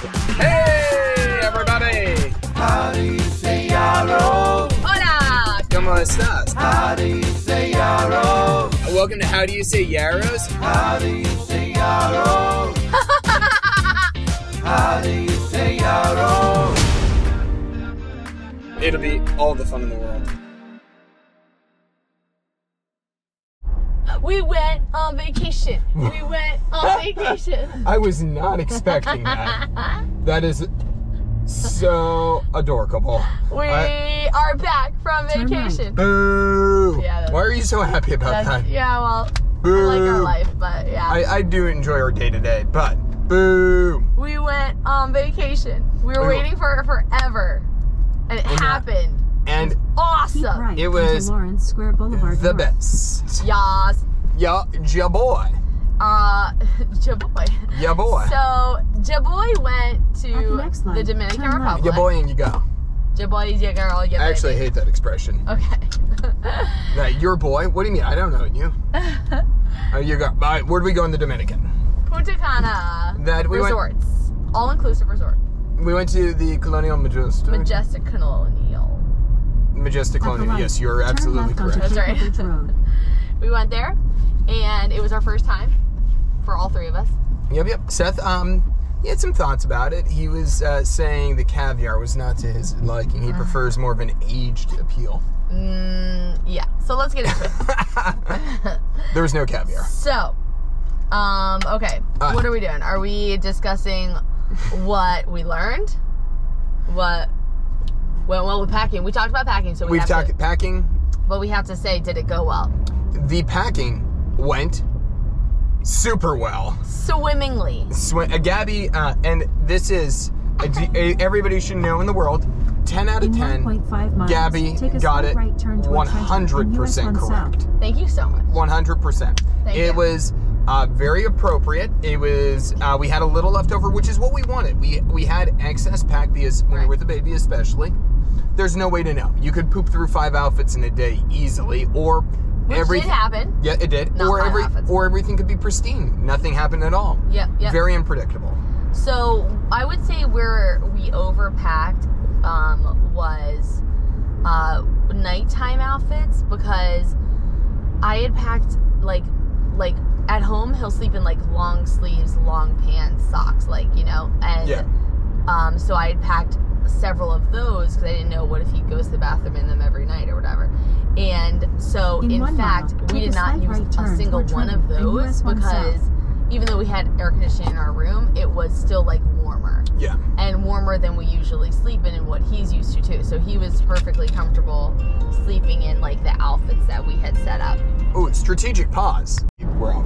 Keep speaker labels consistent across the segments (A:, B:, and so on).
A: Hey, everybody!
B: How do you say yarrow?
C: Hola.
A: ¿Cómo estás?
B: How do you say yarrow?
A: Welcome to How Do You Say Yarrows?
B: How do you say yarrow? How do you say yarrow?
A: It'll be all the fun in the world.
C: We went on vacation. We went on vacation.
D: I was not expecting that. that is so adorable.
C: We
D: I-
C: are back from vacation.
D: boo!
C: Yeah, that's-
D: Why are you so happy about
C: That's-
D: that?
C: yeah, well, I
D: Boo!
C: like our life, but yeah.
D: I, I do enjoy our day to day, but boo!
C: we went on vacation. We were
D: We were-
C: waiting for it forever. And it happened.
D: And
C: Awesome.
E: Right
D: It
E: onto
D: was
E: Lawrence Square Boulevard.
D: the
E: North.
D: best.
C: Yas.
D: Yeah, ya boy.
C: Uh, Jaboy.
D: Ya boy.
C: So, Jaboy went
E: At the
C: to
E: next line,
C: the Dominican
E: turn left.
C: Republic.
D: ya boy and you go.
C: Jaboy's your girl. Your
D: I actually
C: baby.
D: hate that expression.
C: Okay.
D: That your boy? What do you mean? I don't know you. Uh, you go. All right, where do we go in the Dominican?
C: Punta Cana
D: That we went-
C: resorts, all inclusive resort,
D: We went to the Colonial Majestic.
C: majestic colonial.
D: Majestic
E: At the
D: Colonial.
E: light,
D: Yes, you're
E: turn
D: absolutely
E: left onto
D: correct.
C: That's right.
E: Cape Bridge Road.
C: We went there, and it was our first time for all three of us.
D: Yep, yep. Seth, um, he had some thoughts about it. He was uh, saying the caviar was not to his liking. He prefers more of an aged appeal.
C: Mm, yeah. So let's get into it.
D: There was no caviar.
C: So, um, okay,
D: Uh.
C: what are we doing? Are we discussing what we learned? What? Well, well, with packing, we talked about packing, so we
D: We've
C: have
D: talked
C: to,
D: packing.
C: but we have to say, did it go well?
D: The packing went super well.
C: Swimmingly.
D: Sw- uh, Gabby, uh, and this is a d- a- everybody should know in the world. Ten out of
E: In
D: ten.
E: 1.5 miles,
D: Gabby
E: take a
D: got
E: straight
D: it
E: right turn toward
D: 100%
E: Trenton and US
D: correct.
E: South.
C: Thank you so much.
D: One hundred percent.
C: Thank
D: It
C: you.
D: was uh, very appropriate. It was. Uh, we had a little left over, which is what we wanted. We we had excess pack because when
C: Right.
D: you're with a baby, especially, there's no way to know. You could poop through five outfits in a day easily, or
C: Which
D: every
C: did happen.
D: yeah, it did.
C: Not
D: or
C: five
D: every
C: outfits.
D: or everything could be pristine. Nothing happened at all.
C: Yep. Yep.
D: Very unpredictable.
C: So I would say where we overpacked um, was uh, nighttime outfits because I had packed like like at home he'll sleep in like long sleeves, long pants, socks, like you know, and
D: Yeah.
C: um, so I had packed several of those because I didn't know what if he goes to the bathroom in them every night or whatever. And so
E: In
C: in,
E: one
C: fact,
E: mile,
C: we
E: take
C: did
E: a
C: not
E: slight
C: use
E: right
C: a
E: turn
C: single
E: toward
C: one of
E: Trenton and
C: those
E: US one south.
C: because even though we had air conditioning in our room, it was still like warmer
D: Yeah.
C: and warmer than we usually sleep in and what he's used to too. So he was perfectly comfortable sleeping in like the outfits that we had set up.
D: Ooh, strategic pause. We're off.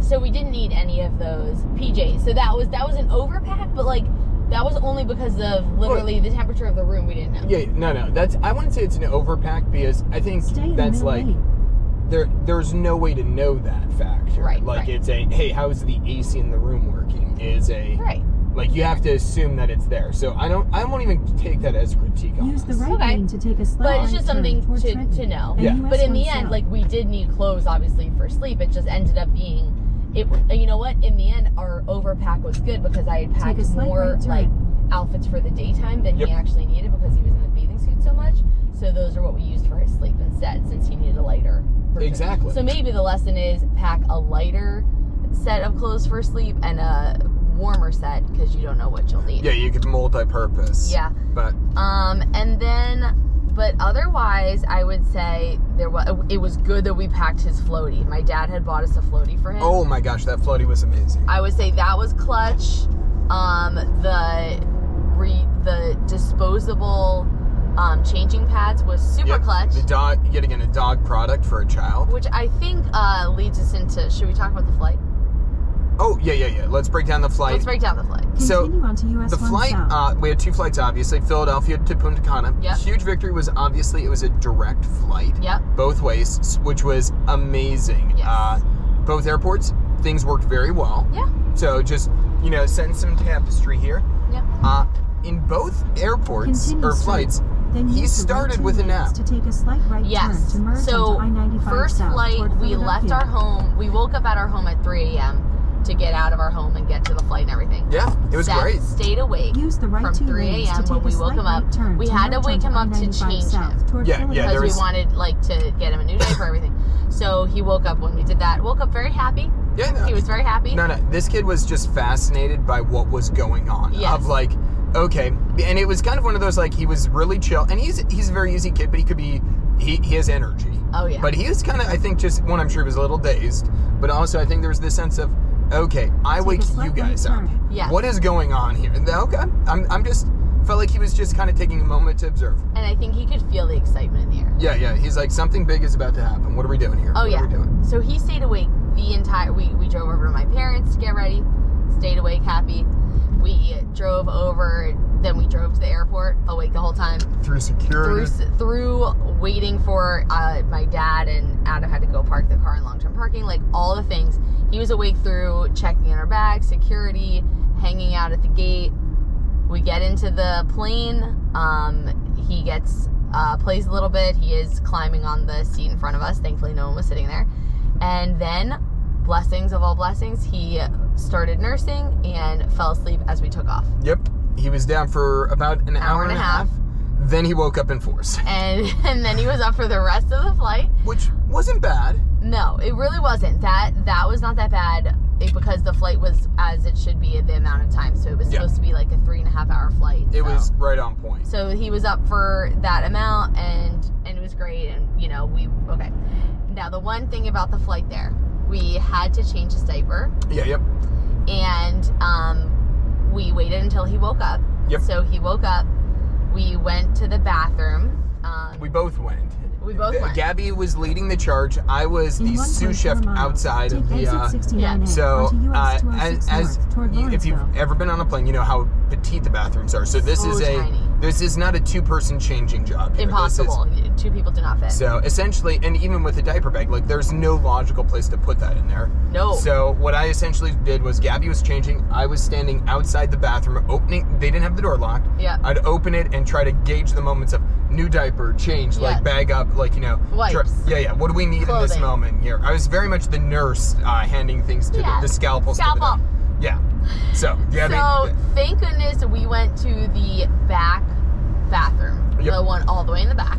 C: So we didn't need any of those PJs. So that was that was an overpack, but like that was only because of literally the temperature of the room we didn't know.
D: Yeah, no, no. That's I wouldn't say it's an overpack because I think
E: Stay in the
D: that's
E: middle
D: like
E: lane.
D: there there's no way to know that factor.
C: Right,
D: Like
C: right.
D: it's a hey, how is the AC in the room working? Is a
C: Right.
D: like you have to assume that it's there. So I don't I won't even take that as a critique on
E: Use the
D: us.
E: right
C: Okay.
E: lane to take a slight
C: But it's
E: right
C: just
E: turn
C: something
E: toward
C: to-
E: Trenton
C: to know.
E: and
D: Yeah.
E: US
C: But in the
E: one
C: end,
E: south.
C: like we did need clothes obviously for sleep. It just ended up being it you know what? In the end our overpack was good because I had packed
E: Take a slight
C: more
E: right turn.
C: like outfits for the daytime than
D: Yep.
C: he actually needed because he was in the bathing suit so much. So those are what we used for his sleep instead since he needed a lighter. version.
D: Exactly.
C: So maybe the lesson is pack a lighter set of clothes for sleep and a warmer set because you don't know what you'll need.
D: Yeah, you could multi purpose.
C: Yeah.
D: But
C: Um, and then, but otherwise, I would say there was. It was good that we packed his floaty. My dad had bought us a floaty for him.
D: oh my gosh, that floaty was amazing.
C: I would say that was clutch. Um, the re, the disposable um, changing pads was super
D: Yep,
C: clutch.
D: The dog yet again a dog product for a child.
C: Which I think uh, leads us into. Should we talk about the flight?
D: Oh yeah, yeah, yeah. Let's break down the flight.
C: Let's break down the flight.
D: So,
E: Continue onto US
D: The
E: one
D: flight,
E: south.
D: uh, we had two flights, obviously, Philadelphia to Punta Cana.
C: Yep.
D: Huge victory was obviously it was a direct flight,
C: Yep.
D: both ways, s- which was amazing.
C: Yes.
D: Uh, both airports, things worked very well.
C: Yeah.
D: So just you know, setting some tapestry here.
C: Yep.
D: Uh, in both airports
E: Continue
D: or
E: straight,
D: flights,
E: Then
D: he
E: use the right
D: started
E: two
D: with a
E: lanes
D: nap.
E: To take a slight right
C: Yes.
E: turn to merge
C: So
E: onto I-95
C: first
E: south
C: flight,
E: toward
C: we left
E: Philadelphia.
C: our home. We woke up at our home at 3 a.m. to get out of our home and get to the flight and everything.
D: Yeah, it was
C: Seth
D: great.
C: Stayed awake
E: Use the right
C: from
E: two
C: 3
E: lanes
C: a.m.
E: to
C: when
E: take
C: we
E: a
C: woke
E: slight
C: him up.
E: right turn
C: we had to
E: north
C: wake
E: onto
C: him up to
E: I-95
C: change him
E: south toward
D: Yeah, yeah,
E: Philadelphia.
D: there
C: because
D: was-
C: we wanted like to get him a new diaper and everything. So he woke up when we did that. Woke up very happy.
D: Yeah, no.
C: He was very happy.
D: No, no. This kid was just fascinated by what was going on.
C: Yes.
D: Of like, okay, and it was kind of one of those like he was really chill, and he's he's a very easy kid, but he could be he he has energy.
C: Oh, yeah.
D: But he was kind of I think just one I'm sure he was a little dazed, but also I think there was this sense of okay, I
E: Take a
D: wake you
E: slight
D: guys
E: right
D: up.
E: turn.
C: Yeah.
D: What is going on here? And then, Okay, I'm I'm just felt like he was just kind of taking a moment to observe.
C: And I think he could feel the excitement in the air.
D: Yeah, yeah. He's like something big is about to happen. What are we doing here?
C: Oh
D: what
C: yeah.
D: Are we doing?
C: So he stayed awake the entire. We we drove over to my parents to get ready. Stayed awake, happy. We drove over. Then we drove to the airport, awake the whole time.
D: Through
C: Through
D: security.
C: s- through waiting for uh, my dad and Adam had to go park the car in long term parking. Like all the things, he was awake through checking in our bags, security, hanging out at the gate. We get into the plane. Um, he gets uh, plays a little bit. He is climbing on the seat in front of us. Thankfully, no one was sitting there. And then, blessings of all blessings, he started nursing and fell asleep as we took off.
D: Yep. He was down for about an hour, and a half. Then he woke up in force,
C: And and then he was up for the rest of the flight.
D: which wasn't bad.
C: No, it really wasn't. That that was not that bad it, because the flight was as it should be at the amount of time. So it was
D: Yeah.
C: supposed to be like a three and a half hour flight.
D: It
C: so.
D: was right on point.
C: So he was up for that amount, and and it was great. And you know we okay. Now the one thing about the flight there, we had to change his diaper,
D: Yeah, yep.
C: and um, we waited until he woke up.
D: Yep.
C: So he woke up. We went to the bathroom. Um,
D: We both went.
C: we both went.
D: Gabby was leading the charge. I was
E: In
D: the sous
E: 1.4
D: chef
E: miles,
D: outside
E: take
D: of the.
E: exit
D: Uh,
E: 69A
D: so,
E: onto US
D: uh,
E: 206
D: as, as
E: north toward
D: you- if you've
E: Lawrenceville.
D: ever been on a plane, you know how petite the bathrooms are. So this
C: So
D: is a
C: tiny.
D: this is not a two person changing job. here. This is-
C: Impossible. Two people do not fit.
D: So essentially, and even with a diaper bag, like there's no logical place to put that in there.
C: No.
D: So what I essentially did was Gabby was changing. I was standing outside the bathroom, opening. They didn't have the door locked.
C: Yeah.
D: I'd open it and try to gauge the moments of new diaper, change,
C: Yeah.
D: like bag up, like you know.
C: Wipes.
D: yeah, yeah. What do we need in this
C: Clothing.
D: moment here? I was very much the nurse uh, handing things to
C: Yeah.
D: the, the scalpels.
C: Scalpel.
D: To the yeah. So Gabby.
C: so thank goodness we went to the back bathroom,
D: Yep.
C: the one all the way in the back.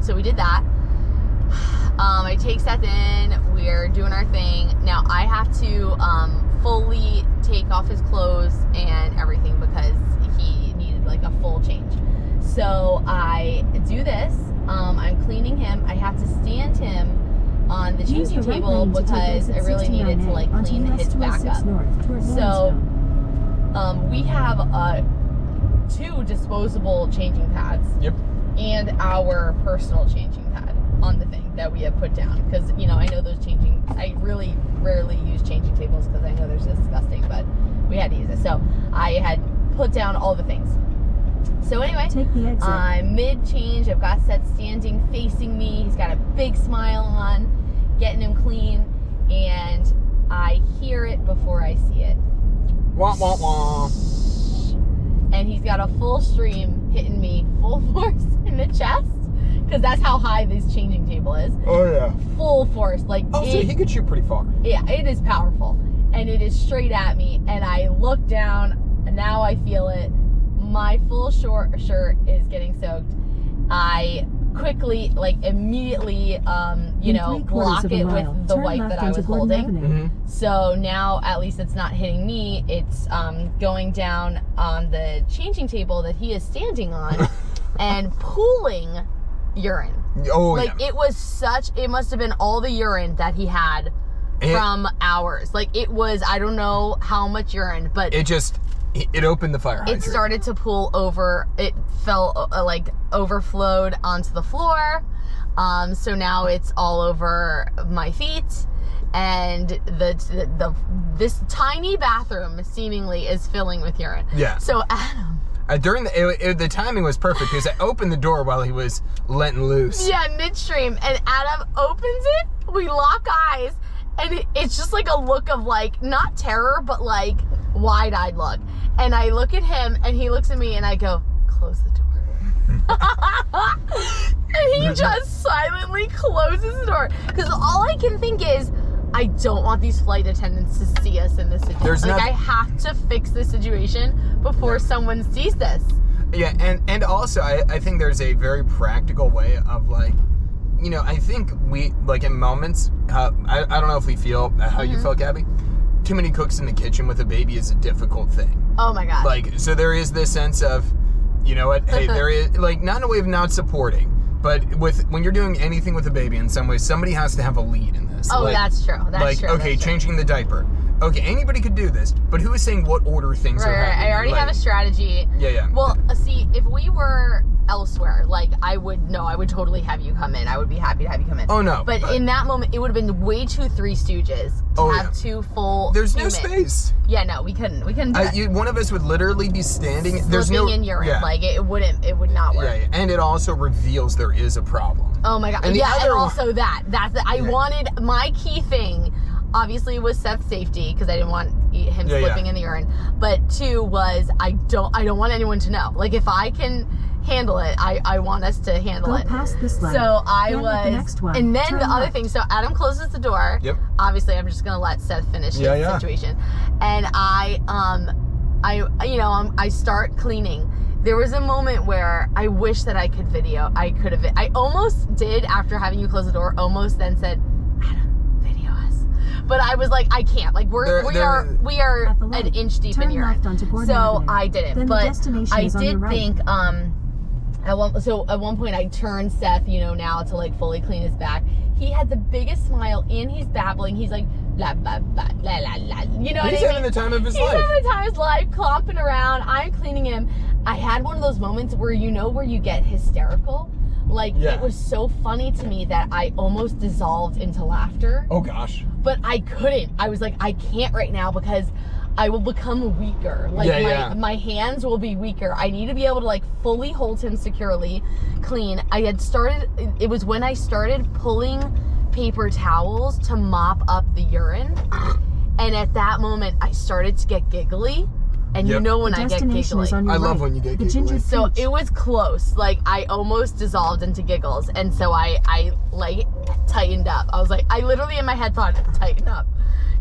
C: So we did that. Um, I take Seth in. We're doing our thing. Now I have to um, fully take off his clothes and everything because he needed like a full change. So I do this. Um, I'm cleaning him. I have to stand him on the
E: Use
C: changing
E: the right
C: table
E: lane to take
C: because
E: exit
C: I really needed to
E: 69A
C: like
E: onto
C: clean
E: US
C: his back
E: 206
C: up.
E: north toward
C: So,
E: Lawrenceville.
C: Um, we have uh, two disposable changing pads
D: Yep.
C: and our personal changing pad on the thing that we have put down because you know I know those changing. I really rarely use changing tables because I know they're disgusting, but we had to use it. So I had put down all the things. So anyway,
E: Take the exit.
C: I'm mid change. I've got Seth standing facing me. He's got a big smile on, getting him clean, and I hear it before I see it
D: Wah wah wah.
C: and he's got a full stream hitting me full force in the chest because that's how high this changing table is.
D: Oh yeah.
C: Full force, like
D: Oh, so
C: it-
D: he could shoot pretty far.
C: yeah, it is powerful, and it is straight at me. And I look down, and now I feel it. My full short shirt is getting soaked. I quickly, like immediately, um, you
E: In
C: know,
E: three quarters
C: block
E: of a
C: it
E: mile,
C: with the
E: turn
C: wipe
E: left
C: that I
E: onto
C: was
E: Gordon
C: holding.
E: Avenue.
D: Mm-hmm.
C: So now at least it's not hitting me. It's um, going down on the changing table that he is standing on and pooling urine.
D: Oh
C: like
D: yeah.
C: it was such, it must have been all the urine that he had
D: And-
C: from ours. Like it was, I don't know how much urine, but
D: it
C: it,
D: just it it opened the fire hydrant.
C: started to pool over. It fell uh, like overflowed onto the floor. Um, so now it's all over my feet, and the, the the this tiny bathroom seemingly is filling with urine.
D: Yeah.
C: So Adam,
D: Uh, during the it, it- the timing was perfect because I opened the door while he was letting loose.
C: yeah, midstream, and Adam opens it. We lock eyes, and it, it's just like a look of like not terror, but like wide-eyed look. And I look at him, and he looks at me, and I go, "Close the door." and he just silently closes the door because all I can think is I don't want these flight attendants to see us in this situation.
D: There's
C: like,
D: not-
C: I have to fix this situation before someone sees this.
D: Yeah, and and also I, I think there's a very practical way of like, you know, I think we like in moments. Uh, I I don't know if we feel uh, how
C: Mm-hmm.
D: you felt, Gabby. Too many cooks in the kitchen with a baby is a difficult thing.
C: Oh my god.
D: Like, so there is this sense of, you know what?
C: Mm-hmm.
D: Hey, there is like not in a way of not supporting, but with when you're doing anything with a baby in some way, somebody has to have a lead in this.
C: oh,
D: Like-
C: that's true. That's
D: like,
C: true.
D: okay,
C: that's true.
D: changing the diaper. Okay, anybody could do this, but who is saying what order things
C: Right,
D: are
C: right,
D: happening?
C: I already have a
D: Like,
C: strategy.
D: Yeah, yeah.
C: Well, uh, see, if we were elsewhere, like I would no, I would totally have you come in. I would be happy to have you come in.
D: Oh, no,
C: But,
D: but-
C: in that moment, it would have been way too Three Stooges to
D: Oh,
C: have
D: yeah.
C: two full.
D: There's no
C: humans.
D: space.
C: Yeah, no, we couldn't. We couldn't. Do
D: I,
C: that.
D: you, one of us would literally be standing. There's
C: Slipping
D: no
C: in urine,
D: yeah,
C: like it, it wouldn't. It would not
D: yeah,
C: work.
D: yeah, and it also reveals there is a problem.
C: Oh my god!
D: And the
C: yeah, and
D: other one-
C: also that. That's the, I
D: Yeah.
C: wanted my key thing. Obviously, was Seth's safety because I didn't want e- him
D: Yeah, yeah.
C: slipping in the urine. But two was I don't I don't want anyone to know. Like if I can handle it, I I want us to handle
E: Go
C: it.
E: past this light.
C: So I
E: Then
C: was,
E: at the next one.
C: and then
E: Turn
C: the other
E: left.
C: thing. So Adam closes the door.
D: Yep.
C: Obviously, I'm just gonna let Seth finish
D: Yeah,
C: his
D: yeah.
C: situation, and I um, I you know um, I start cleaning. There was a moment where I wish that I could video. I could have. I almost did after having you close the door. Almost then said, Adam, video us. But I was like, I can't. Like we're
D: There-
C: we
D: there-
C: are we are
E: At the
C: an
E: light.
C: inch deep
E: Turn
C: in urine.
E: left onto Borden
C: so
E: Avenue.
C: I didn't.
E: Then the
C: but
E: destination
C: I
E: is on
C: did
E: your right.
C: think um. At one, so at one point, I turned Seth, you know, now to like fully clean his back. He had the biggest smile, and he's babbling. He's like, blah blah blah, la la la. You know what
D: He's
C: I mean?
D: having the time of his
C: He's
D: life.
C: having the time of his life, clomping around. I'm cleaning him. I had one of those moments where you know where you get hysterical. Like
D: Yeah.
C: it was so funny to me that I almost dissolved into laughter,
D: Oh gosh.
C: but I couldn't. I was like, I can't right now because I will become weaker. Like
D: Yeah,
C: my,
D: yeah.
C: my hands will be weaker. I need to be able to like fully hold him securely, clean. I had started. It was when I started pulling paper towels to mop up the urine. And at that moment, I started to get giggly. And you
D: Yep.
C: know when
E: The
C: I get
E: destination
C: giggly.
E: is on your
D: I love
E: right.
D: when you get
E: the
D: giggly.
E: ginger
C: so
E: peach.
C: it was close. Like I almost dissolved into giggles, and so I I like tightened up. I was like, I literally in my head thought tighten up,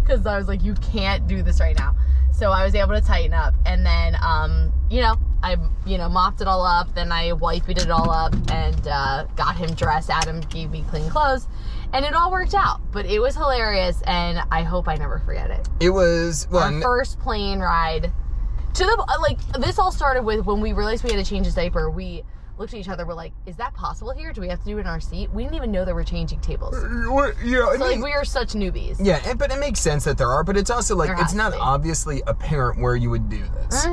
C: because I was like, you can't do this right now. So I was able to tighten up, and then um you know I you know mopped it all up, then I wiped it all up, and uh, got him dressed. Adam gave me clean clothes, and it all worked out. But it was hilarious, and I hope I never forget it
D: It was well,
C: our
D: n-
C: first plane ride to the uh, like this all started with when we realized we had to change his diaper we looked at each other we're like is that possible here do we have to do it in our seat we didn't even know there were changing tables so
D: you know, it
C: like
D: makes-
C: we are such newbies
D: Mm, Yeah, it, but it makes sense that there are, but it's also like
C: There has
D: it's
C: to
D: not
C: be. Mm-hmm.
D: obviously apparent where you would do this.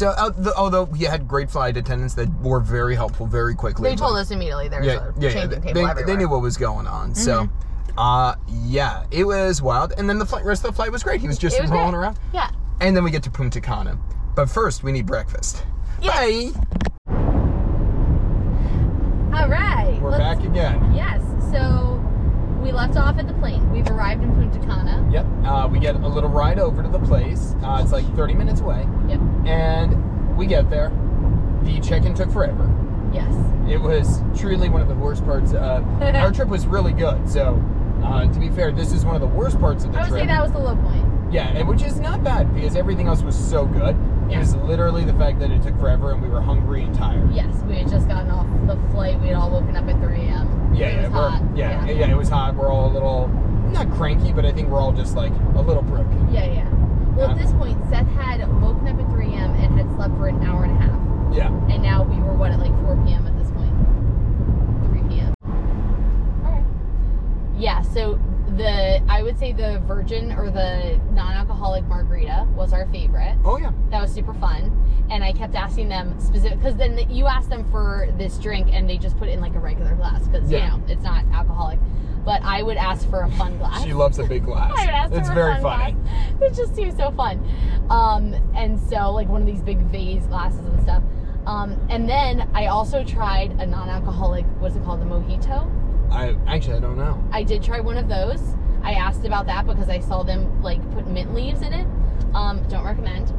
D: So, uh, the, although you had great flight attendants that were very helpful very quickly.
C: they told
D: like-
C: us immediately there was
D: Yeah,
C: a
D: yeah, yeah.
C: changing
D: They,
C: table
D: they
C: everywhere. Mm-hmm.
D: knew what was going on. So, uh, yeah, it was wild. And then the flight, rest of the flight was great. He was just
C: It was
D: rolling
C: great.
D: around.
C: yeah
D: And then we get to Punta Cana. But first, we need breakfast.
C: Yeah.
D: Bye.
C: all right
D: We're back again.
C: yes so we left off at the plane we've arrived in punta cana
D: Yep. Uh, we get a little ride over to the place. Uh, it's like 30 minutes away.
C: yep
D: And we get there. The check in took forever.
C: yes
D: It was truly one of the worst parts. Uh, our trip was really good. So, uh, to be fair, this is one of the worst parts of the
C: i would
D: trip.
C: say that was the low point
D: Yeah, and which is not bad because everything else was so good. It
C: Yeah.
D: was literally the fact that it took forever and we were hungry and tired.
C: yes we had just gotten off the flight we had all woken up at 3 a.m
D: Yeah,
C: it
D: yeah,
C: was
D: we're-
C: hot.
D: yeah, yeah, it was hot. We're all a little not cranky, but I think we're all just like a little broken.
C: Yeah, yeah. Well, at this point, Seth had woken up at 3 a.m. and had slept for an hour and a half.
D: Yeah.
C: And now we were, what, at like 4 p.m. at this point? 3 p.m. Okay. Yeah, so the, I would say the virgin or the non alcoholic margarita was our favorite.
D: Oh yeah.
C: That was super fun. And I kept asking them specific, because then you asked them for this drink and they just put it in like a regular glass, because,
D: Yeah.
C: you know, it's not alcoholic. But I would ask for a fun glass.
D: She loves a big glass.
C: I asked
D: it's
C: her
D: very
C: fun
D: funny.
C: glass. It just seems so fun. Um, and so like one of these big vase glasses and stuff. Um, and then I also tried a non-alcoholic. What's it called? The mojito.
D: I actually I don't know.
C: I did try one of those. I asked about that because I saw them like put mint leaves in it. Um, don't recommend.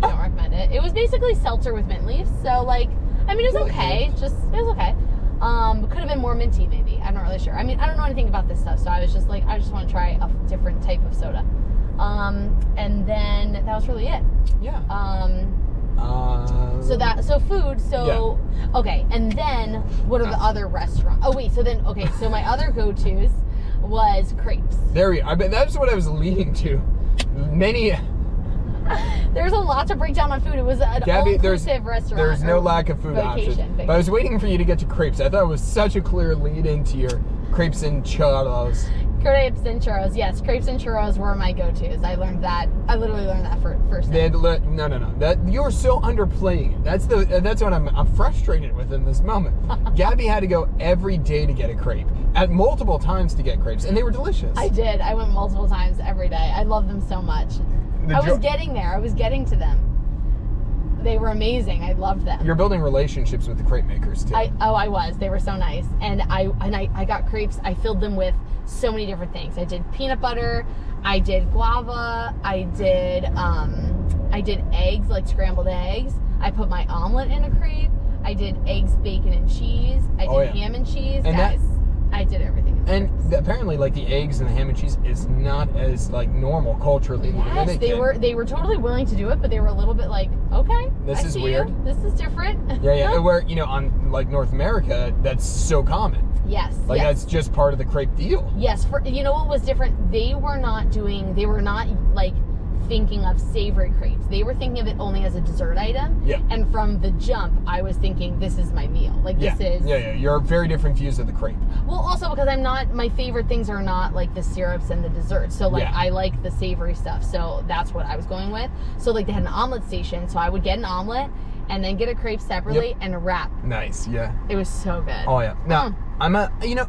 C: don't recommend it. It was basically seltzer with mint leaves. So like, I mean, it was
D: Really
C: okay. Just it was okay. Um, could have been more minty maybe. I I'm not really sure. I mean, I don't know anything about this stuff, so I was just like, I just want to try a different type of soda. Um, and then that was really it.
D: Yeah.
C: Um,
D: Uh,
C: so that so food. So okay, and then what are the other restaurants? Oh wait, so then okay, so my other go tos was crepes.
D: there we. I bet that's what I was leading to. Many.
C: There's a lot to break down on food. It was an
D: Gabby, there's
C: all-inclusive restaurant.
D: there's no
C: or
D: lack of food options.
C: vacation,
D: But I was waiting for you to get to crepes. I thought it was such a clear lead into your crepes and churros.
C: Crepes and churros. Yes, crepes and churros were my go-tos. I learned that. I literally learned that for, first.
D: They
C: thing.
D: had to let, no, no, no. That you're so underplaying it. That's the uh, that's what I'm, I'm frustrated with in this moment. Gabby had to go every day to get a crepe at multiple times to get crepes, and they were delicious.
C: I did. I went multiple times every day. I love them so much.
D: The
C: I was
D: jo-
C: getting there. I was getting to them. They were amazing. I loved them.
D: You're building relationships with the crepe makers too.
C: I oh I was. They were so nice. And I and I, I got crepes. I filled them with so many different things. I did peanut butter, I did guava, I did um I did eggs, like scrambled eggs. I put my omelet in a crepe. I did eggs, bacon and cheese. I did
D: Oh, yeah.
C: ham and cheese.
D: And that-
C: Guys, I did everything. in
D: and
C: crepes.
D: th- apparently, like the eggs and the ham and cheese is not as like normal culturally. the way
C: Yes, they
D: can.
C: were they were totally willing to do it, but they were a little bit like, okay,
D: This
C: I
D: is
C: see you.
D: weird.
C: This is different.
D: Yeah, yeah. Where you know, on like North America, that's so common.
C: yes.
D: Like
C: yes.
D: that's just part of the crepe deal.
C: Yes, for you know what was different? They were not doing. They were not like thinking of savory crepes. They were thinking of it only as a dessert item.
D: Yeah.
C: And from the jump, I was thinking this is my meal. Like
D: Yeah,
C: this is.
D: yeah, yeah. You're very different views of the crepe.
C: Well, also because I'm not. My favorite things are not like the syrups and the desserts. So like
D: Yeah.
C: I like the savory stuff. So that's what I was going with. So like they had an omelet station. So I would get an omelet and then get a crepe separately and a wrap.
D: Nice. Yeah.
C: It was so good.
D: Oh yeah. Now
C: Mm.
D: I'm a you know,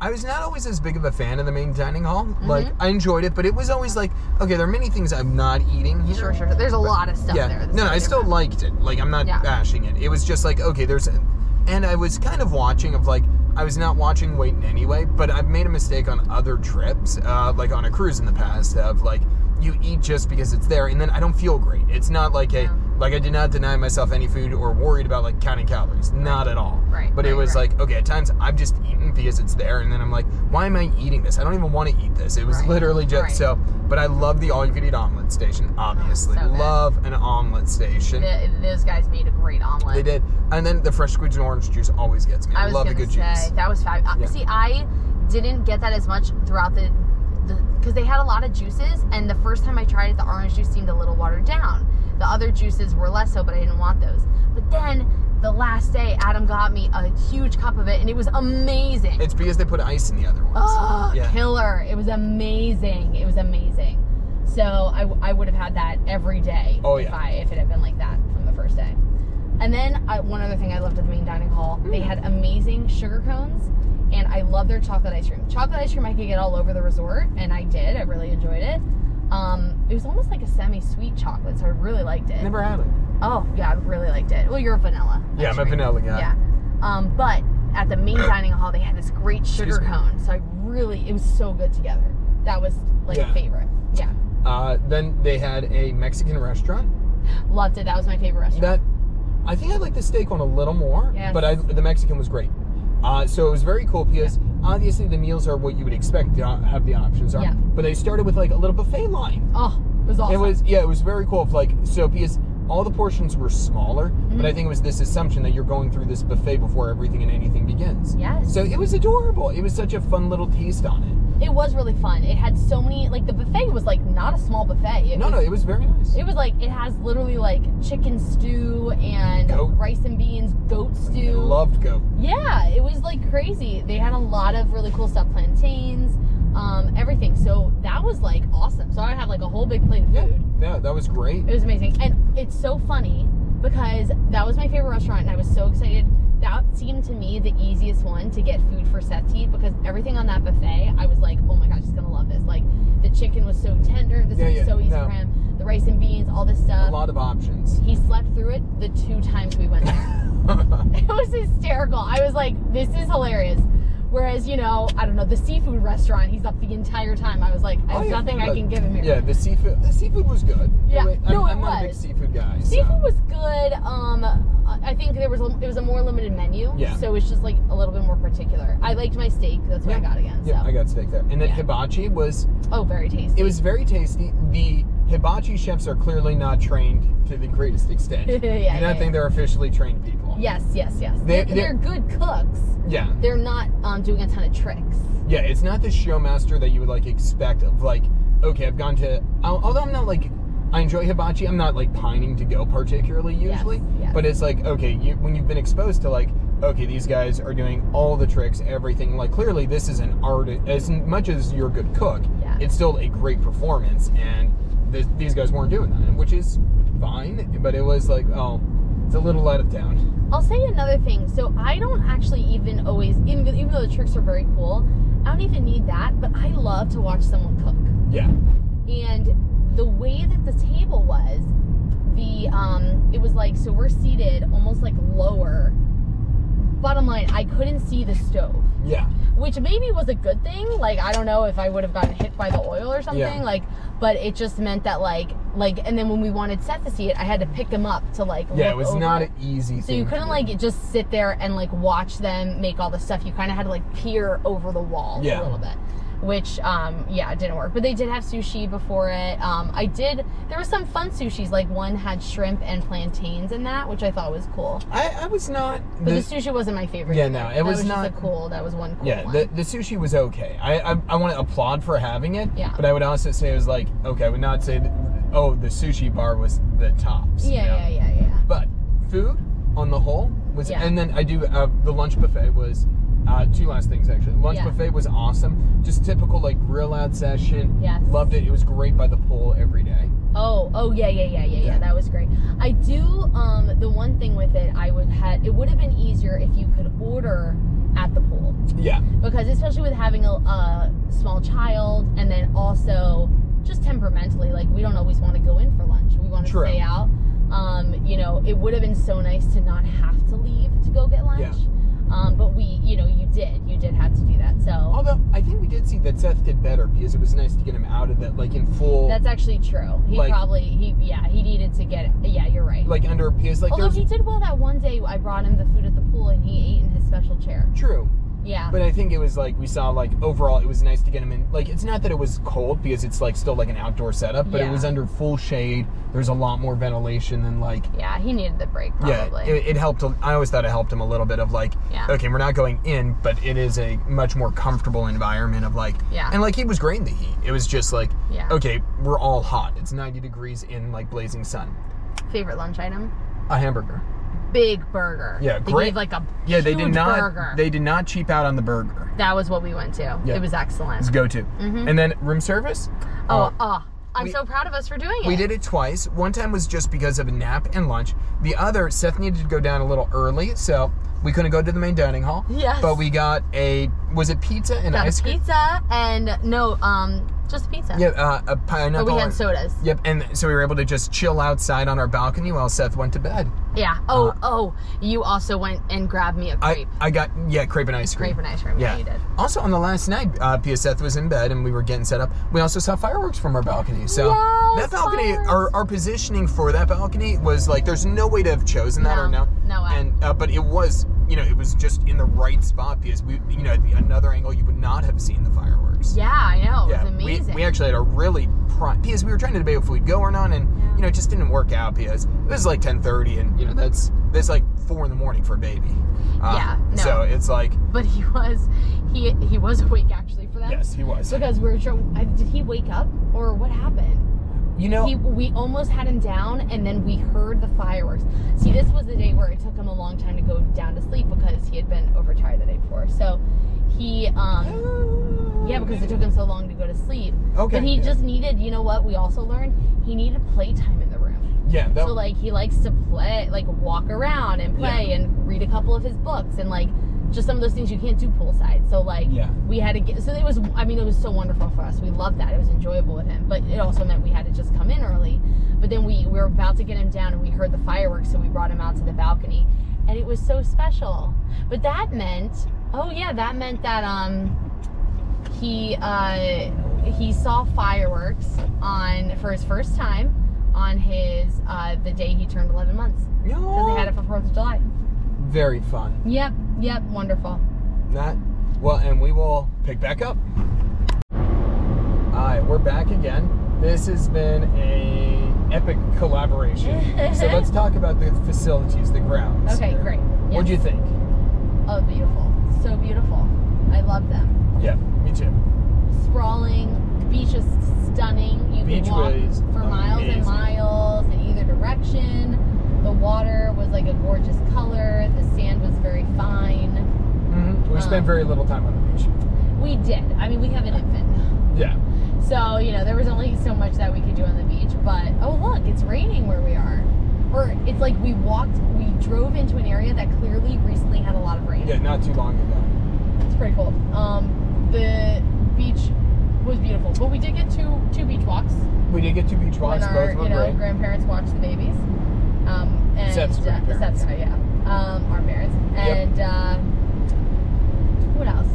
D: I was not always as big of a fan of the main dining hall. Like
C: Mm-hmm.
D: I enjoyed it, but it was always like okay, there are many things I'm not eating. Here.
C: Sure, sure. There's a lot of stuff
D: Yeah.
C: there. that's
D: no, no,
C: so
D: I still
C: different.
D: liked it. Like I'm not
C: Yeah.
D: bashing it. It was just like okay, there's, a, and I was kind of watching of like. I was not watching weight in any way, but I've made a mistake on other trips, uh, like on a cruise in the past, of like you eat just because it's there, and then I don't feel great. It's not like a
C: Yeah.
D: like I did not deny myself any food or worried about like counting calories, not at all.
C: Right,
D: But it
C: right,
D: was
C: right.
D: like okay, at times I've just eaten because it's there, and then I'm like, why am I eating this? I don't even want to eat this. It was
C: Right,
D: literally just
C: right.
D: so. But I love the all-you-can-eat omelet station, obviously.
C: so good.
D: love of an omelet station.
C: Th- those guys made a great omelet.
D: They did. And then the fresh squeeze and orange juice always gets me. I,
C: I was
D: love the
C: gonna
D: good
C: say
D: juice.
C: that was fabulous.
D: Yeah.
C: See, I didn't get that as much throughout the because they had a lot of juices, and the first time I tried it, the orange juice seemed a little watered down. The other juices were less so, but I didn't want those. But then the last day, Adam got me a huge cup of it, and it was amazing.
D: It's because they put ice in the other ones.
C: Oh,
D: yeah.
C: killer! It was amazing. It was amazing. So I, w- I would have had that every day.
D: Oh,
C: if
D: yeah.
C: I, if it had been like that from the first day. And then I, one other thing I loved at the main dining hall,
D: Mm.
C: they had amazing sugar cones, and I love their chocolate ice cream. Chocolate ice cream I could get all over the resort, and I did. I really enjoyed it. Um, it was almost like a semi-sweet chocolate, so I really liked it.
D: Never had it.
C: Oh yeah, I really liked it. Well, you're a vanilla.
D: Yeah,
C: ice
D: I'm a
C: cream.
D: vanilla guy.
C: Yeah. Um, but at the main dining hall, they had this great sugar
D: Excuse me.
C: cone. So I really, it was so good together. That was like
D: Yeah.
C: favorite. Yeah.
D: Uh, then they had a Mexican restaurant
C: Loved it. That was my favorite
D: that
C: restaurant.
D: I think I like the steak one a little more,
C: Yes.
D: but I, the Mexican was great. Uh, so it was very cool because obviously the meals are what you would expect to have the options are.
C: Yeah.
D: But they started with like a little buffet line.
C: oh, it was awesome.
D: It was yeah, it was very cool. Of like so because all the portions were smaller,
C: Mm-hmm.
D: but I think it was this assumption that you're going through this buffet before everything and anything begins.
C: Yes.
D: So it was adorable. It was such a fun little taste on it.
C: It was really fun. It had so many, like the buffet was like not a small buffet. It
D: No,
C: was,
D: no, it was very nice.
C: It was like, it has literally like chicken stew and
D: Goat.
C: rice and beans, goat
D: I
C: stew.
D: loved goat.
C: Yeah, it was like crazy. They had a lot of really cool stuff, plantains, um, everything. So that was like awesome. So I had like a whole big plate of
D: Yeah,
C: food.
D: yeah, that was great.
C: It was amazing. And it's so funny because that was my favorite restaurant and I was so excited. That seemed to me the easiest one to get food for Seti because everything on that buffet, I was like, oh my gosh, she's gonna love this. Like the chicken was so tender, this
D: Yeah,
C: was
D: yeah,
C: so easy
D: no.
C: for him. The rice and beans, all this
D: A
C: stuff.
D: lot of options.
C: He slept through it the two times we went there. It was hysterical. I was like, this is hilarious. Whereas, you know, I don't know, the seafood restaurant, he's up the entire time. I was like,
D: Oh,
C: there's
D: yeah,
C: nothing I
D: but-
C: can give him here.
D: Yeah, the seafood. The seafood was good.
C: Yeah,
D: Really,
C: no,
D: I'm, I'm
C: it
D: not a big
C: was.
D: seafood guy. so-
C: Seafood was good. Um, I- I think there was a, it was a more limited menu.
D: Yeah.
C: So it's just like a little bit more particular. I liked my steak. That's what I got again.
D: Yeah,
C: so.
D: I got steak there. And then
C: Yeah.
D: hibachi was
C: oh, very tasty.
D: it was very tasty. The hibachi chefs are clearly not trained to the greatest extent.
C: Yeah,
D: and I
C: yeah,
D: think
C: yeah.
D: they're officially trained people.
C: Yes, yes, yes.
D: They-
C: They're,
D: they-
C: they're good cooks.
D: Yeah.
C: They're not um, doing a ton of tricks.
D: Yeah, it's not the showmaster that you would like expect of like, okay, I've gone to al- although I'm not like I enjoy hibachi, I'm not like pining to go particularly
C: Yes,
D: usually.
C: yes.
D: But it's like, okay, you when you've been exposed to like, okay, these guys are doing all the tricks, everything, like clearly this is an art as much as you're a good cook,
C: Yeah.
D: it's still a great performance and th- these guys weren't doing that, which is fine, but it was like, oh, it's a little let down.
C: I'll say another thing. So I don't actually even always, even, even though the tricks are very cool, I don't even need that. But I love to watch someone cook.
D: Yeah.
C: and the way that the table was the um it was like so we're seated almost like lower bottom line i couldn't see the stove
D: Yeah.
C: which maybe was a good thing like i don't know if i would have gotten hit by the oil or something
D: Yeah.
C: like but it just meant that like like and then when we wanted seth to see it i had to pick him up to like
D: Yeah,
C: look
D: it was
C: over
D: not
C: it.
D: an easy
C: so
D: thing.
C: you
D: to
C: couldn't
D: do.
C: like just sit there and like watch them make all the stuff you kind of had to like peer over the wall
D: Yeah.
C: a little bit which um yeah it didn't work but they did have sushi before it um i did there was some fun sushis like one had shrimp and plantains in that which i thought was cool
D: I, I was not
C: but the, sushi wasn't my favorite
D: Yeah,
C: either.
D: no, it
C: That
D: was
C: just
D: not-
C: a cool that was one cool
D: Yeah,
C: one.
D: the, the sushi was okay. I I, I want to applaud for having it.
C: Yeah.
D: But I would also say it was like okay. I would not say that, oh the sushi bar was the tops. you
C: yeah,
D: know?
C: yeah yeah yeah
D: But food on the whole was
C: Yeah.
D: and then I do uh, the lunch buffet was. Uh, two last things actually. Lunch
C: Yeah.
D: buffet was awesome. Just typical like grill out session.
C: Yes.
D: Loved it. It was great by the pool every day.
C: Oh, oh yeah, yeah, yeah, yeah,
D: Yeah.
C: yeah. That was great. I do um the one thing with it I would had it would have been easier if you could order at the pool.
D: Yeah.
C: Because especially with having a, a small child and then also just temperamentally, like we don't always want to go in for lunch. We want to
D: True.
C: stay out. Um, you know, it would have been so nice to not have to leave to go get lunch.
D: Yeah. Oh,
C: Um, but we, you know, you did. You did have to do that. So
D: Although I think we did see that Seth did better because it was nice to get him out of that like in full
C: that's actually true. He
D: Like-
C: probably he yeah, he needed to get yeah, you're right.
D: like under because like
C: Although
D: there's
C: he did well that one day I brought him the food at the pool and he ate in his special chair.
D: true.
C: Yeah.
D: But I think it was like we saw like overall it was nice to get him in. Like it's not that it was cold because it's like still like an outdoor setup, but it
C: Yeah.
D: was under full shade. There's a lot more ventilation than like
C: yeah, he needed the break probably.
D: yeah. It, it helped. a- I always thought it helped him a little bit of like
C: Yeah.
D: okay, we're not going in, but it is a much more comfortable environment of like
C: Yeah.
D: And like he was great in the heat. It was just like
C: Yeah.
D: okay, we're all hot. It's 90 degrees in like blazing sun.
C: Favorite lunch item?
D: A hamburger.
C: Big burger.
D: Yeah,
C: they
D: great-
C: Gave like a
D: Yeah, they did
C: huge
D: not.
C: burger.
D: They did not cheap out on the burger.
C: that was what we went to.
D: Yeah.
C: It was excellent.
D: It's go to. And then room service.
C: Mm-hmm. Oh,
D: Uh,
C: ah, I'm
D: we-
C: so proud of us for doing it.
D: We did it twice. One time was just because of a nap and lunch. The other, Seth needed to go down a little early, so we couldn't go to the main dining hall.
C: Yes.
D: But we got a was it pizza and
C: Got
D: ice
C: a
D: cream?
C: pizza and no, um, just pizza.
D: Yeah, uh, a pineapple.
C: But we had
D: and-
C: sodas.
D: Yep, and so we were able to just chill outside on our balcony while Seth went to bed.
C: Yeah. Oh, oh, you also went and grabbed me a
D: Uh, I,
C: crepe.
D: I got yeah crepe and ice cream.
C: crepe and ice cream.
D: Yeah.
C: you did.
D: Also, on the last night, uh, Pia Seth was in bed and we were getting set up. We also saw fireworks from our balcony. So
C: Yes,
D: that balcony,
C: fireworks.
D: our, our positioning for that balcony was like, there's no way to have chosen that or
C: No,
D: no.
C: no way.
D: And uh, but it was, you know, it was just in the right spot because we, you know, at the- another angle you would not have seen the fireworks.
C: Yeah, I know.
D: Yeah,
C: it was amazing.
D: We, we actually had a really prime because we were trying to debate if we'd go or not, and you know, it just didn't work out because it was like ten thirty, and you know, that's that's like four in the morning for a baby. Uh,
C: Yeah, no.
D: So it's like
C: but he was, he he was awake actually for that.
D: yes, he was.
C: Because we were sure. I- Did he wake up or what happened?
D: You know,
C: He, we almost had him down, and then we heard the fireworks. See, this was the day where it took him a long time to go down to sleep because he had been overtired the day before. So he, um, yeah, because it took him so long to go to sleep.
D: Okay,
C: But he
D: yeah.
C: just needed, you know what? We also learned he needed playtime in the room.
D: Yeah, that,
C: So like he likes to play, like walk around and play
D: Yeah.
C: and read a couple of his books and like just some of those things you can't do poolside. So like
D: Yeah.
C: we had to get. So it was. I mean, it was so wonderful for us. We loved that. It was enjoyable with him, but it also meant we had to just come in early. But then we, we were about to get him down and we heard the fireworks, so we brought him out to the balcony, and it was so special. But that meant Oh yeah, that meant that um he uh he saw fireworks on for his first time on his uh the day he turned 11 months because they had it for 4th of July.
D: Very fun.
C: Yep, yep, wonderful.
D: That well, and we will pick back up. All right, we're back again. This has been a epic collaboration. so let's talk about the facilities, the grounds.
C: Okay,
D: here.
C: great.
D: What do you
C: Yes.
D: think?
C: Oh, beautiful. So beautiful. I love them.
D: Yeah, me too.
C: Sprawling, beach is stunning. You
D: Beach
C: can walk
D: was
C: for miles and
D: amazing.
C: miles in either direction. The water was like a gorgeous color. The sand was very fine.
D: hmm We spent
C: Um,
D: very little time on the beach.
C: We did. I mean, we have an infant.
D: Yeah.
C: So, you know, there was only so much that we could do on the beach. But, oh, look, it's raining where we are. Or it's like we walked, we drove into an area that clearly recently had a lot of rain.
D: Yeah, not too long ago.
C: It's pretty cool. Um, the beach was beautiful, but we did get two two beach walks
D: We did get two beach
C: when
D: walks,
C: our
D: both were
C: you know
D: great.
C: grandparents watched the babies. Um, and
D: Seth's
C: uh,
D: grandparents.
C: Seth's, yeah. Um, our parents
D: Yep.
C: and uh, what else?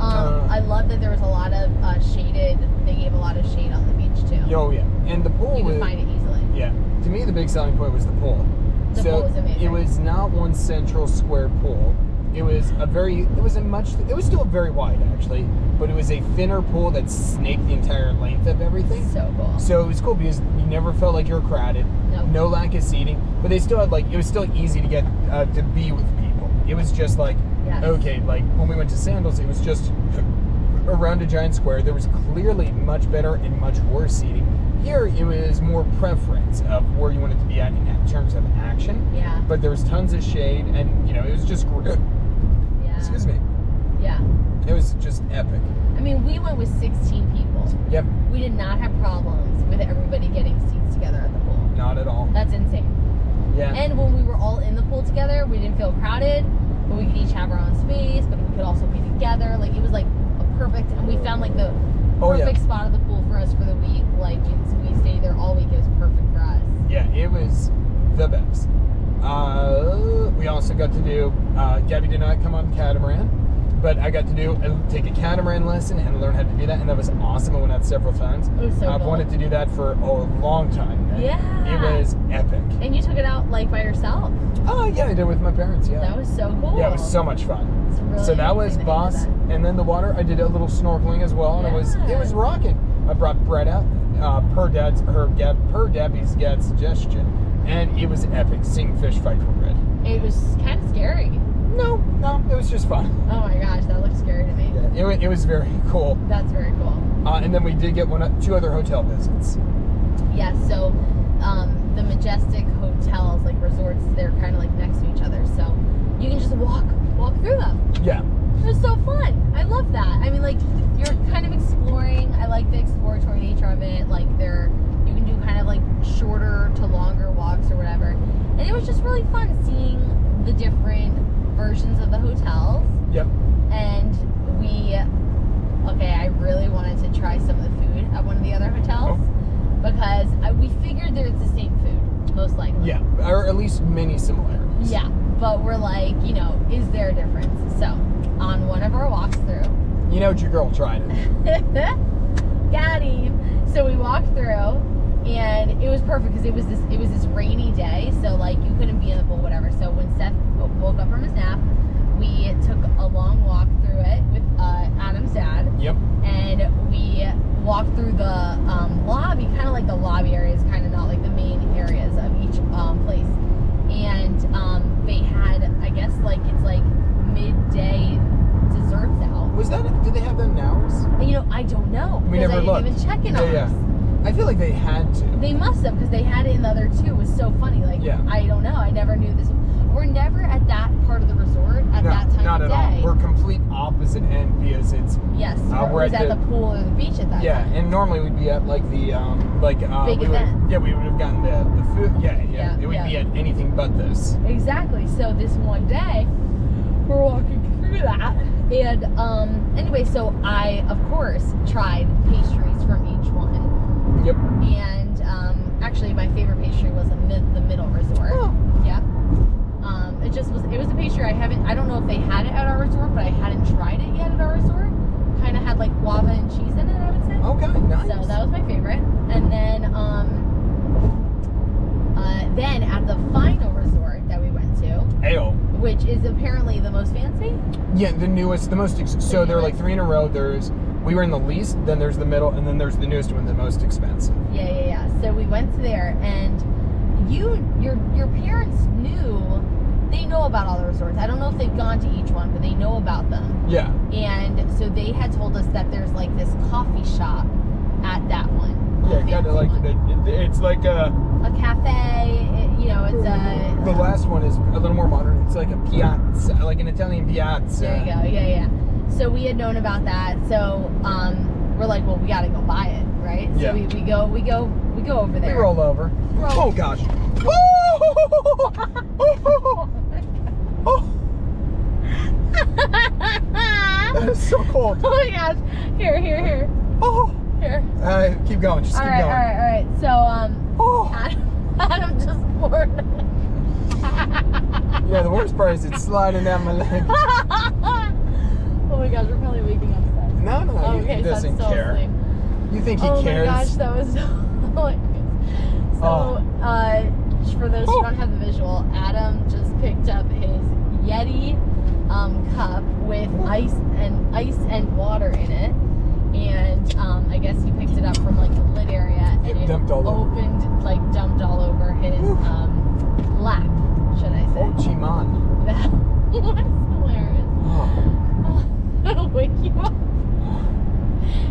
C: Um,
D: Uh,
C: I love that there was a lot of uh, shaded. They gave a lot of shade on the beach too.
D: Yo, yeah. And the pool
C: you
D: was
C: can find it easily.
D: yeah. To me, the big selling point was the pool.
C: The
D: so
C: pool was amazing.
D: it was not one central square pool. It was a very, it was a much, it was still very wide actually, but it was a thinner pool that snaked the entire length of everything.
C: So cool.
D: So it was cool because you never felt like you were crowded.
C: Nope.
D: No lack of seating, but they still had like it was still easy to get uh, to be with people. It was just like
C: Yes.
D: okay, like when we went to Sandals, it was just around a giant square. There was clearly much better and much worse seating. Here it was more preference of where you wanted to be at in terms of action,
C: yeah.
D: but there was tons of shade, and you know it was just gr-
C: Yeah.
D: excuse me,
C: Yeah.
D: it was just epic.
C: I mean, we went with 16 people.
D: Yep,
C: We did not have problems with everybody getting seats together at the pool.
D: not at all.
C: That's insane.
D: Yeah,
C: And when we were all in the pool together, we didn't feel crowded, but we could each have our own space, but we could also be together. Like it was like a perfect, and we found like the
D: oh yeah.
C: perfect spot of the pool for us for the week. Like we, we stayed there all week. It was perfect for us.
D: yeah, it was the best. Uh, we also got to do. Uh, Gabby did not come on catamaran, but I got to do take a catamaran lesson and learn how to do that, and that was awesome. I went out several times.
C: It was so
D: I've
C: cool.
D: wanted to do that for a long time. and
C: Yeah.
D: it was epic.
C: And you took it out like by yourself.
D: Oh yeah, I did it with my parents. Yeah,
C: That was so cool.
D: yeah, it was so much fun.
C: It's really
D: so that was
C: amazing to do
D: boss,
C: that.
D: and then the water. I did a little snorkeling as well, and it was it was
C: Yes.
D: rocking. I brought Brett out uh, per dad's her Gab, per Debbie's dad's suggestion, and it was epic. Seeing fish fight for bread.
C: It was kind of scary.
D: No, no, it was just fun.
C: Oh my gosh, that looked scary to me.
D: Yeah, it, wa- it was very cool.
C: That's very cool.
D: Uh, and then we did get one two other hotel visits.
C: Yeah, so um, the majestic hotels, like resorts, they're kind of like next to each other, so you can just walk walk through them.
D: Yeah,
C: It was so fun. I love that. I mean, like you're kind of exploring. I like the exploratory nature of it. Like there, you can do kind of like shorter to longer walks or whatever, and it was just really fun seeing the different versions of the hotels.
D: yep.
C: And we, okay, I really wanted to try some of the food at one of the other hotels because I, we figured there's the same food, most likely.
D: Yeah, or at least many similarities.
C: Yeah, but we're like, you know, is there a difference? So, on one of our walks through,
D: You know, your girl tried it.
C: got him. So we walked through, and it was perfect because it was this it was this rainy day, so like you couldn't be in the pool, whatever. So when Seth wo- woke up from his nap, we took a long walk through it with uh, Adam's dad.
D: Yep.
C: and we walked through the um, lobby, kind of like the lobby areas, kind of not like the main areas of each um, place. And um, they had, I guess, like it's like midday desserts out.
D: Was that? Did they have them now?
C: And, you know, I don't know
D: We
C: because
D: never
C: I didn't
D: looked.
C: even check in
D: Yeah,
C: on
D: yeah.
C: us.
D: I feel like they had to.
C: They must have because they had it in the other two. It was so funny. Like
D: Yeah.
C: I don't know. I never knew this. We're never at that part of the resort at
D: no,
C: that time
D: not
C: of
D: at
C: day.
D: all. We're complete opposite end because it's
C: yes,
D: Uh,
C: we're,
D: we're
C: was
D: at
C: at
D: the-
C: the, pool or the beach at that
D: yeah,
C: time.
D: and normally we'd be at like the um like uh
C: Big
D: we would
C: event.
D: yeah we would have gotten the, the food yeah yeah,
C: Yeah,
D: it would
C: yeah.
D: be at anything but this
C: Exactly. So this one day, we're walking through that, and um, anyway, so I of course tried pastries from each one,
D: yep
C: and um, actually my favorite pastry was the, mid- the middle resort.
D: Oh.
C: Yeah. Um, it just was. It was a pastry I haven't. I don't know if they had it at our resort, but I hadn't tried it yet at our resort. Kind of had like guava and cheese in it, I would say.
D: Okay, nice.
C: So that was my favorite. And then, um, uh, then at the final resort that we went to,
D: Ale.
C: which is apparently the most fancy.
D: Yeah, the newest, the most. Ex- so there are like three in a row. There's we were in the least, then there's the middle, and then there's the newest one, the most expensive.
C: Yeah, yeah, yeah. So we went there, and you, your, your parents knew. They know about all the resorts. I don't know if they've gone to each one, but they know about them.
D: Yeah.
C: And so they had told us that there's like this coffee shop at that one.
D: Yeah,
C: the
D: kind
C: Oh, fancy
D: of like
C: one.
D: the, it's like a.
C: a cafe. It, you know, it's a
D: The last one is a little more modern. It's like a piazza, like an Italian piazza.
C: There you go. Yeah, yeah. So we had known about that. So um, we're like, well, we gotta go buy it, right? So
D: Yeah.
C: we, we go, we go, we go over
D: We
C: there.
D: roll over.
C: Roll.
D: Oh gosh. Oh! Oh, that is so cold.
C: Oh my gosh! Here, here, here,
D: Oh.
C: here.
D: Uh, keep going. Just
C: All
D: keep
C: right,
D: going.
C: all right, all right. So um,
D: Oh.
C: Adam, Adam just poured.
D: Oh, Yeah, the worst part is it's sliding down my leg.
C: oh my gosh, we're probably waking up. Seth.
D: No, no, he-
C: Okay,
D: he
C: Seth's
D: doesn't
C: still
D: care.
C: asleep.
D: You think he
C: oh
D: cares?
C: my gosh, that was so hilarious. So,
D: Oh.
C: uh, for those
D: Oh.
C: who don't have the visual, Adam just picked up his Yeti um, cup with ice and ice and water in it, and um, I guess he picked it up from like the lid area and it
D: Dumped all over.
C: opened, like dumped all over his
D: Oof.
C: um, lap, should I
D: Oh,
C: say?
D: Chimon.
C: That was hilarious.
D: Oh,
C: It'll wake you up.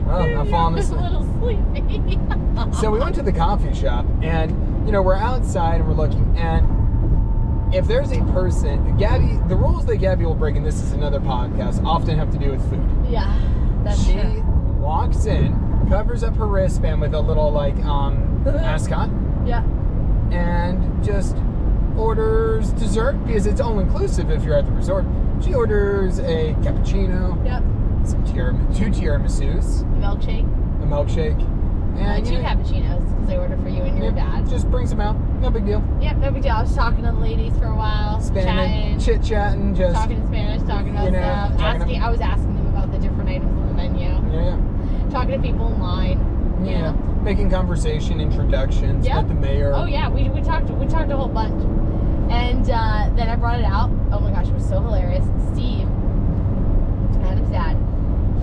D: well, I'm falling
C: You're
D: asleep.
C: A little sleepy.
D: So we went to the coffee shop, and you know we're outside and we're looking, and if there's a person, Gabby, the rules that Gabby will break, and this is another podcast, often have to do with food.
C: Yeah, that's
D: she
C: true.
D: walks in, covers up her wristband with a little like um ascot,
C: Yeah.
D: and just orders dessert because it's all inclusive if you're at the resort. She orders a cappuccino,
C: Yep.
D: some tiramisu, two tiramisus,
C: Milkshake.
D: a milkshake,
C: Uh,
D: and
C: two
D: you know,
C: cappuccinos because I ordered for you and your
D: yeah,
C: dad.
D: Just brings them out. No big deal.
C: Yep, no big deal. I was talking to the ladies for a while, chatting,
D: Spanish, chit chatting, just
C: talking in Spanish, talking about
D: You know,
C: stuff.
D: talking
C: asking,
D: to-
C: I was asking them about the different items on the menu,
D: yeah,
C: talking to people in line.
D: yeah,
C: you
D: yeah,
C: know.
D: making conversation, introductions
C: Yeah.
D: with the mayor.
C: Oh yeah, we, we talked we talked a whole bunch, and uh, then I brought it out. Oh my gosh, it was so hilarious. Steve, Adam's dad,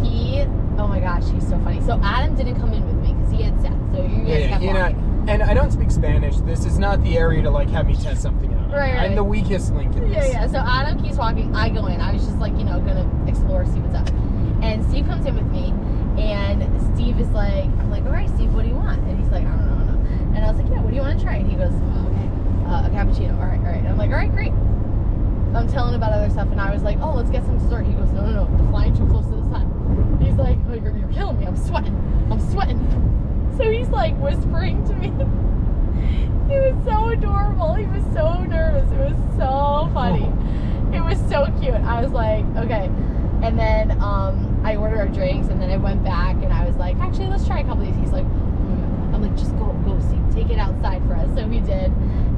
C: he. Oh my gosh, he's so funny. So Adam didn't come in with me because he had Seth. So you guys
D: yeah, yeah.
C: kept
D: You
C: walking.
D: know, and I don't speak Spanish. This is not the area to like have me test something out.
C: Right, right.
D: I'm the weakest link in
C: Yeah,
D: this.
C: yeah. So Adam keeps walking. I go in. I was just like, you know, gonna explore, see what's up. And Steve comes in with me, and Steve is like, I'm like, all right, Steve, what do you want? And he's like, I don't know, I don't know. And I was like, yeah, what do you want to try? And he goes, oh, okay, uh, a cappuccino. All right, all right. And I'm like, all right, great. I'm telling about other stuff, and I was like, oh, let's get some dessert. He goes, no, no, no, we're flying too close to the sun. He's like, oh, you're, you're killing me. I'm sweating. I'm sweating. So he's like whispering to me. He was so adorable. He was so nervous. It was so funny. It was so cute. I was like, okay. And then um, I ordered our drinks, and then I went back, and I was like, actually, let's try a couple of these. He's like, "Mm." I'm like, just go, go see, take it outside for us. So we did,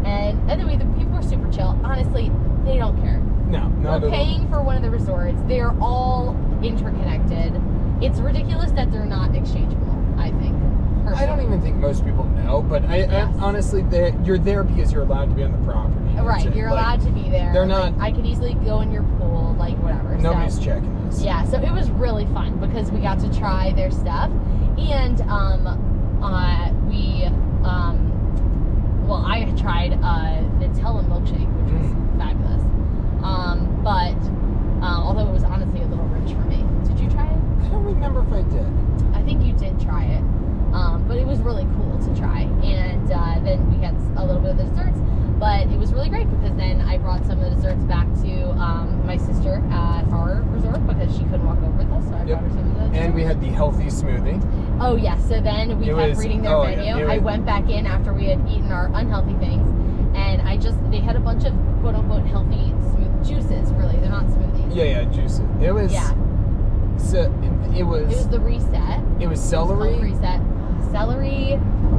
C: and and then we the people were super chill. Honestly, they don't care.
D: No, not
C: We're
D: at all.
C: paying for one of the resorts. They're all interconnected. It's ridiculous that they're not exchangeable. I think.
D: I don't
C: personally.
D: even think most people know, but I,
C: Yes.
D: I honestly, they- you're there because you're allowed to be on the property. That's
C: Right,
D: it.
C: you're
D: Like,
C: allowed to be there.
D: they're
C: Like,
D: not-
C: I could easily go in your pool, like whatever.
D: Nobody's
C: So,
D: checking this.
C: yeah, so it was really fun because we got to try their stuff, and um, uh, we um, well, I tried uh, Nutella milkshake, which was
D: Mm.
C: fabulous. Um, but uh, although it was honestly a little rich for me, did you try it?
D: I don't remember if I did.
C: I think you did try it, um, but it was really cool to try. And uh, then we had a little bit of the desserts, but it was really great because then I brought some of the desserts back to um, my sister at our resort because she couldn't walk over with us, so I
D: Yep.
C: brought her some of the.
D: And we
C: desserts.
D: had the healthy smoothie.
C: Oh yes. So then we
D: It
C: kept
D: was-
C: reading their
D: oh, yeah,
C: menu.
D: it
C: I
D: was-
C: went back in after we had eaten our unhealthy things, and I just they had a bunch of quote unquote healthy smooth juices. Really, they're not smoothies.
D: Yeah, yeah, juice. It It was.
C: Yeah.
D: So, it, it
C: It was
D: was.
C: the reset.
D: It was
C: Celery
D: celery.
C: reset. Celery,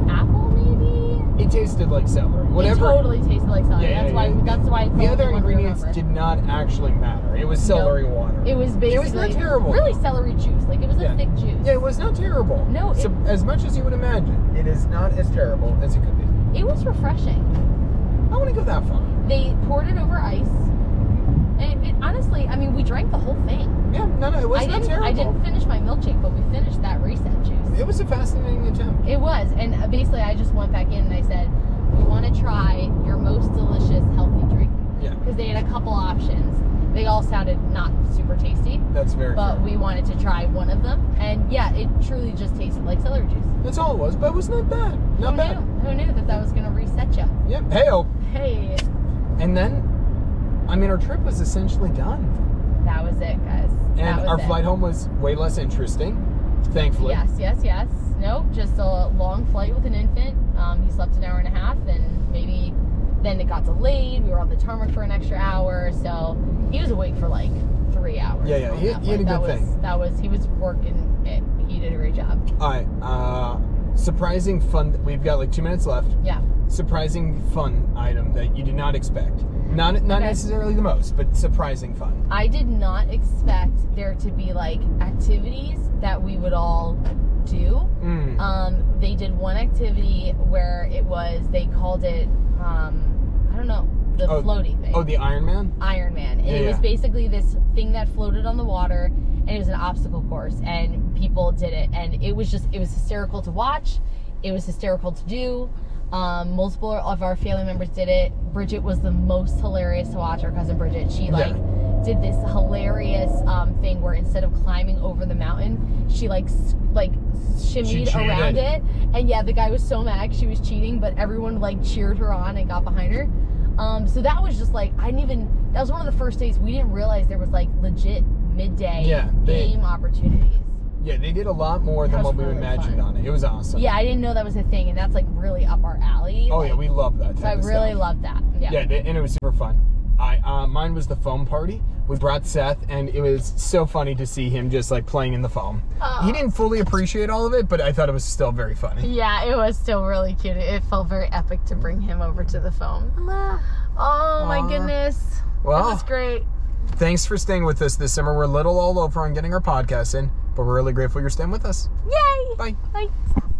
C: apple maybe.
D: It tasted like celery. Whatever.
C: It totally tasted like celery.
D: Yeah,
C: that's
D: yeah,
C: why.
D: yeah.
C: That's why. it's
D: the other
C: one we
D: ingredients
C: remember.
D: did not actually matter. It was celery water.
C: It was basically.
D: It was not terrible.
C: Really, celery juice. Like it was
D: Yeah.
C: a thick juice.
D: Yeah, it was not terrible.
C: No,
D: So-
C: it-
D: as much as you would imagine, it is not as terrible as it could be.
C: It was refreshing.
D: I want to go that far.
C: They poured it over ice, and it, it- honestly, I mean, we drank the whole thing.
D: Yeah, no, no, it was
C: I
D: not
C: didn't.
D: terrible.
C: I didn't finish my milkshake, but we finished that recent juice.
D: It was a fascinating attempt.
C: It was, and uh, basically, I just went back in and I said, "We want to try your most delicious healthy drink,"
D: Yeah,
C: because they had a couple options. They all sounded not super tasty,
D: that's very.
C: but
D: fair.
C: we wanted to try one of them, and yeah, it truly just tasted like celery juice.
D: That's all it was, but it was not bad. Not
C: Who
D: bad.
C: knew? Who knew that that was gonna reset you?
D: Yeah, pale.
C: Hey,
D: And then, I mean, our trip was essentially done,
C: that was it, guys. that
D: and
C: was
D: our
C: it.
D: flight home was way less interesting, thankfully.
C: Yes, yes, yes. Nope, just a long flight with an infant. Um, he slept an hour and a half, and maybe then it got delayed. We were on the tarmac for an extra hour, so he was awake for like three hours.
D: Yeah, yeah,
C: on
D: he-
C: that
D: he had a
C: flight. that
D: good
C: was,
D: thing.
C: That was he was working. It. He did a great job.
D: All right. Uh, surprising fun. We've got like two minutes left.
C: Yeah.
D: Surprising fun item that you did not expect. Not not
C: Okay.
D: necessarily the most, but surprising fun.
C: I did not expect there to be like activities that we would all do.
D: Mm.
C: Um, they did one activity where it was they called it um, I don't know the
D: Oh,
C: floaty thing.
D: oh, the Iron Man.
C: Iron Man. And
D: Yeah,
C: it
D: yeah.
C: was basically this thing that floated on the water and it was an obstacle course and people did it and it was just it was hysterical to watch. It was hysterical to do. Um, multiple of our family members did it. Bridget was the most hilarious to watch. Our cousin Bridget, she like did this hilarious um, thing where instead of climbing over the mountain, she like s- like shimmied
D: cheated.
C: around it. And yeah, the guy was so mad she was cheating, but everyone like cheered her on and got behind her. Um, so that was just like I didn't even. That was one of the first days we didn't realize there was like legit midday
D: Yeah, they-
C: game opportunities.
D: Yeah, they did a lot more than
C: That was
D: what we
C: really
D: imagined
C: fun.
D: on it. It was awesome.
C: Yeah, I didn't know that was a thing, and that's like really up our alley.
D: Oh
C: like,
D: yeah, we love that.
C: So
D: type
C: I
D: of
C: really
D: stuff.
C: loved that. Yeah.
D: Yeah, they, and it was super fun. I uh, mine was the foam party. We brought Seth, and it was so funny to see him just like playing in the foam. He didn't fully appreciate all of it, but I thought it was still very funny.
C: Yeah, it was still really cute. It felt very epic to bring him over to the foam. Oh my
D: Aw.
C: goodness. That
D: Well,
C: was great.
D: thanks for staying with us this summer. We're a little all over on getting our podcast in, but we're really grateful you're staying with us.
C: Yay!
D: Bye.
C: Bye.